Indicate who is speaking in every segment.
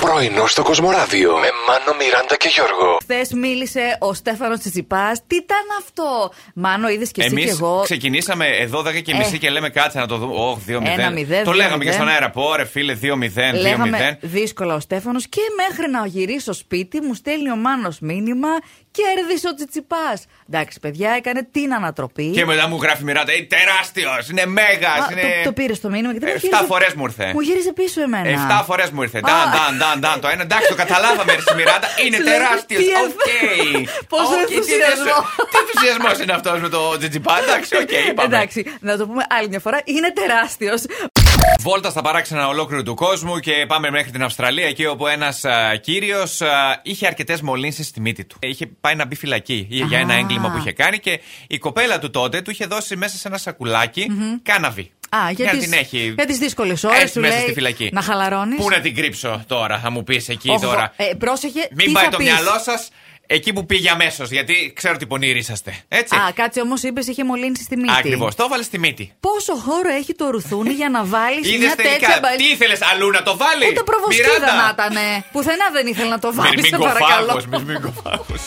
Speaker 1: Πρωινό στο Κοσμοράδιο με Μάνο, Μιράντα και Γιώργο.
Speaker 2: Χθες μίλησε ο Στέφανος Τσιτσιπάς. Τι ήταν αυτό. Μάνο, είδες και εσύ
Speaker 3: Εμείς
Speaker 2: και εγώ.
Speaker 3: ξεκινήσαμε εδώ 12 και μισή
Speaker 2: Ε.
Speaker 3: και λέμε κάτσε να το δούμε. Ωχ, 2-0.
Speaker 2: Ένα-μηδέν,
Speaker 3: Το λέγαμε και
Speaker 2: δύο-μηδέν.
Speaker 3: στον αέρα. Πω, ρε φίλε, 2-0, 2-0.
Speaker 2: Λέγαμε δύσκολα ο Στέφανος και μέχρι να γυρίσω σπίτι μου στέλνει ο Μάνος μήνυμα. Κέρδισε ο Τσιτσιπάς. Εντάξει, παιδιά, έκανε την ανατροπή.
Speaker 3: Και μετά μου γράφει η Μιράτα, είναι τεράστιος, είναι μέγας.
Speaker 2: Α,
Speaker 3: Είναι...
Speaker 2: το, το πήρες το μήνυμα και δεν
Speaker 3: Ε,
Speaker 2: μου
Speaker 3: εφτά
Speaker 2: γύρισε-
Speaker 3: φορές μου ήρθε.
Speaker 2: Μου γύρισε πίσω εμένα.
Speaker 3: Εφτά φορές μου ήρθε. Νταν, νταν, νταν, νταν. Το ένα, εντάξει, το καταλάβαμε, ρε Μιράτα. Είναι
Speaker 2: Σου λέω,
Speaker 3: τεράστιος.
Speaker 2: τι
Speaker 3: Οκ.
Speaker 2: ενθ- Πόσο
Speaker 3: Οκ, τι
Speaker 2: ενθουσιασμό.
Speaker 3: Τι ενθουσιασμός είναι αυτός με το τζιτζιπά. Εντάξει, οκ, είπαμε.
Speaker 2: Εντάξει, να το πούμε άλλη μια φορά. Είναι τεράστιος.
Speaker 3: Βόλτα στα παράξενα ολόκληρου του κόσμου και πάμε μέχρι την Αυστραλία, εκεί όπου ένας κύριο είχε αρκετές μολύνσεις στη μύτη του. Ε, Είχε πάει να μπει φυλακή ε, για ένα
Speaker 2: Α.
Speaker 3: έγκλημα που είχε κάνει και η κοπέλα του τότε του είχε δώσει μέσα σε ένα σακουλάκι κάναβι.
Speaker 2: Α, για,
Speaker 3: να
Speaker 2: τις,
Speaker 3: την έχει.
Speaker 2: για τις δύσκολες ώρες
Speaker 3: έτσι
Speaker 2: σου
Speaker 3: μέσα
Speaker 2: λέει,
Speaker 3: στη φυλακή.
Speaker 2: Να χαλαρώνεις
Speaker 3: Πού να την κρύψω τώρα, θα μου πεις εκεί
Speaker 2: Οχ,
Speaker 3: τώρα.
Speaker 2: ε, πρόσεχε,
Speaker 3: Μην
Speaker 2: τι
Speaker 3: πάει
Speaker 2: θα
Speaker 3: το
Speaker 2: πεις.
Speaker 3: μυαλό σας εκεί που πήγε αμέσως, γιατί ξέρω τι πονήρι είσαστε. Έτσι.
Speaker 2: Α, κάτσε όμως, είπες είχε μολύνσει στη μύτη.
Speaker 3: Ακριβώς. Το έβαλες στη μύτη.
Speaker 2: Πόσο χώρο έχει το ρουθούνι για να βάλεις
Speaker 3: Είδες
Speaker 2: μια τέτοια
Speaker 3: τελικά. Τι
Speaker 2: μπαλίτσα.
Speaker 3: ήθελες αλλού να το βάλει.
Speaker 2: Ούτε προβοσκίδα
Speaker 3: Μιράντα.
Speaker 2: να ήταν. Πουθενά δεν ήθελε να το βάλει, σε
Speaker 3: Μυρμικοφάγος,
Speaker 2: παρακαλώ.
Speaker 3: μυρμικοφάγος.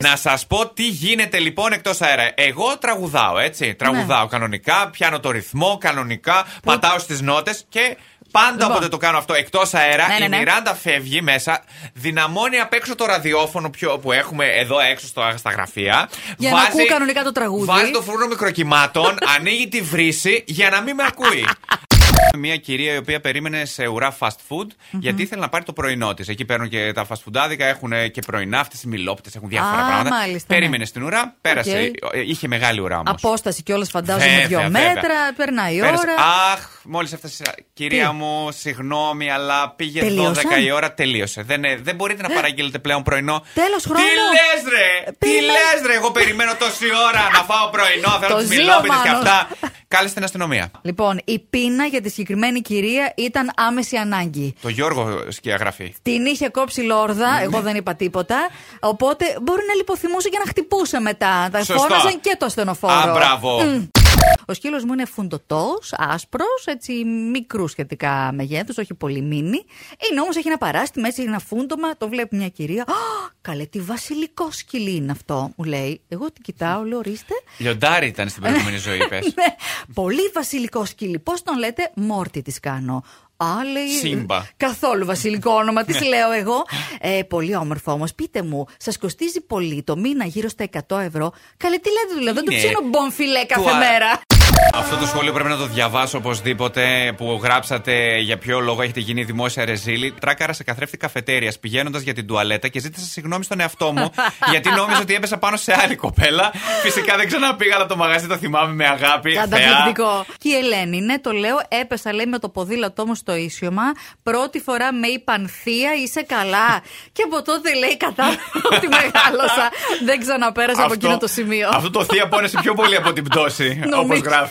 Speaker 3: Να σας πω τι γίνεται λοιπόν εκτός αέρα. Εγώ τραγουδάω,
Speaker 2: Ναι.
Speaker 3: έτσι. Τραγουδάω κανονικά, πιάνω το ρυθμό κανονικά, πατάω στις νότες και πάντα
Speaker 2: Λοιπόν.
Speaker 3: όποτε το κάνω αυτό εκτός αέρα,
Speaker 2: Ναι, ναι, ναι.
Speaker 3: η Μιράντα φεύγει μέσα, δυναμώνει απ' έξω το ραδιόφωνο πιο, που έχουμε εδώ έξω στο, στα γραφεία.
Speaker 2: Για να ακούω κανονικά το τραγούδι.
Speaker 3: Βάζει το φούρνο μικροκυμάτων, ανοίγει τη βρύση για να μην με ακούει. Μια κυρία η οποία περίμενε σε ουρά fast food γιατί ήθελε να πάρει το πρωινό της. Εκεί παίρνουν και τα fast food άδικα, έχουν και πρωινά, αυτές οι μιλόπιτε έχουν διάφορα
Speaker 2: Α,
Speaker 3: πράγματα.
Speaker 2: μάλιστα, ναι.
Speaker 3: περίμενε στην ουρά, πέρασε. Ε, Είχε μεγάλη ουρά όμως.
Speaker 2: Απόσταση κιόλας φαντάζομαι δύο μέτρα, περνάει η ώρα.
Speaker 3: Αχ, μόλις έφτασε. η ώρα. Κυρία
Speaker 2: Τι?
Speaker 3: μου, συγγνώμη, αλλά πήγε
Speaker 2: Τελείωσαν?
Speaker 3: 12 η ώρα, τελείωσε. Δεν, ε, δεν μπορείτε να παραγγείλετε πλέον πρωινό.
Speaker 2: Τέλος χρόνου.
Speaker 3: Τι λες, ρε! Τι
Speaker 2: Περίμενε.
Speaker 3: λες, ρε! Εγώ περιμένω τόση ώρα να φάω πρωινό,
Speaker 2: Το
Speaker 3: θέλω τι
Speaker 2: ζήλο,
Speaker 3: μιλόπιτες και
Speaker 2: μάλλον.
Speaker 3: αυτά. Κάλεστε την αστυνομία.
Speaker 2: Λοιπόν, η πείνα για τη συγκεκριμένη κυρία ήταν άμεση ανάγκη.
Speaker 3: Το Γιώργο σκιαγραφεί.
Speaker 2: Την είχε κόψει λόρδα, εγώ δεν είπα τίποτα. Οπότε μπορεί να λιποθυμούσε και να χτυπούσε μετά. Τα
Speaker 3: Σωστό.
Speaker 2: φώναζαν και το ασθενοφόρο.
Speaker 3: Α, μπράβο.
Speaker 2: Ο σκύλος μου είναι φουντοτό, άσπρος, έτσι μικρού σχετικά μεγέθους, όχι πολύ μίνι. Είναι όμως έχει ένα παράστημα, έτσι ένα φούντομα. Το βλέπει μια κυρία. Α, καλέ, τι βασιλικό σκυλί είναι αυτό, μου λέει. Εγώ την κοιτάω, λέω, ορίστε.
Speaker 3: Λιοντάρι ήταν στην προηγούμενη ζωή, πες.
Speaker 2: Ναι, πολύ βασιλικό σκυλί. Πώς τον λέτε, Μόρτι της κάνω. Α, λέει.
Speaker 3: Σύμπα. Ναι.
Speaker 2: Καθόλου βασιλικό όνομα, τη λέω εγώ. Ε, πολύ όμορφο όμως. Πείτε μου, σας κοστίζει πολύ το μήνα γύρω στα 100 ευρώ. Καλέ, τι λέτε, δηλαδή, δεν του
Speaker 3: Είναι
Speaker 2: ψήνω μπομφιλέ κάθε
Speaker 3: του α-
Speaker 2: μέρα.
Speaker 3: Αυτό το σχόλιο πρέπει να το διαβάσω οπωσδήποτε που γράψατε για ποιο λόγο έχετε γίνει δημόσια ρεζίλη. Τράκαρα σε καθρέφτη καφετέριας πηγαίνοντας για την τουαλέτα και ζήτησα συγγνώμη στον εαυτό μου γιατί νόμιζα ότι έπεσα πάνω σε άλλη κοπέλα. Φυσικά δεν ξαναπήγα από το μαγαζί, το θυμάμαι με αγάπη. Θεά.
Speaker 2: Καταπληκτικό. Και η Ελένη, ναι, το λέω, έπεσα λέει με το ποδήλατό μου στο ίσιωμα. Πρώτη φορά με είπαν Θεία, είσαι καλά. και από τότε λέει κατάλαβα ότι μεγάλωσα. Δεν ξαναπέρασα από εκείνο το σημείο.
Speaker 3: Αυτό το θεία πόνεσε πιο πολύ από την πτώση, όπω
Speaker 2: Νομίζω.
Speaker 3: γράφει.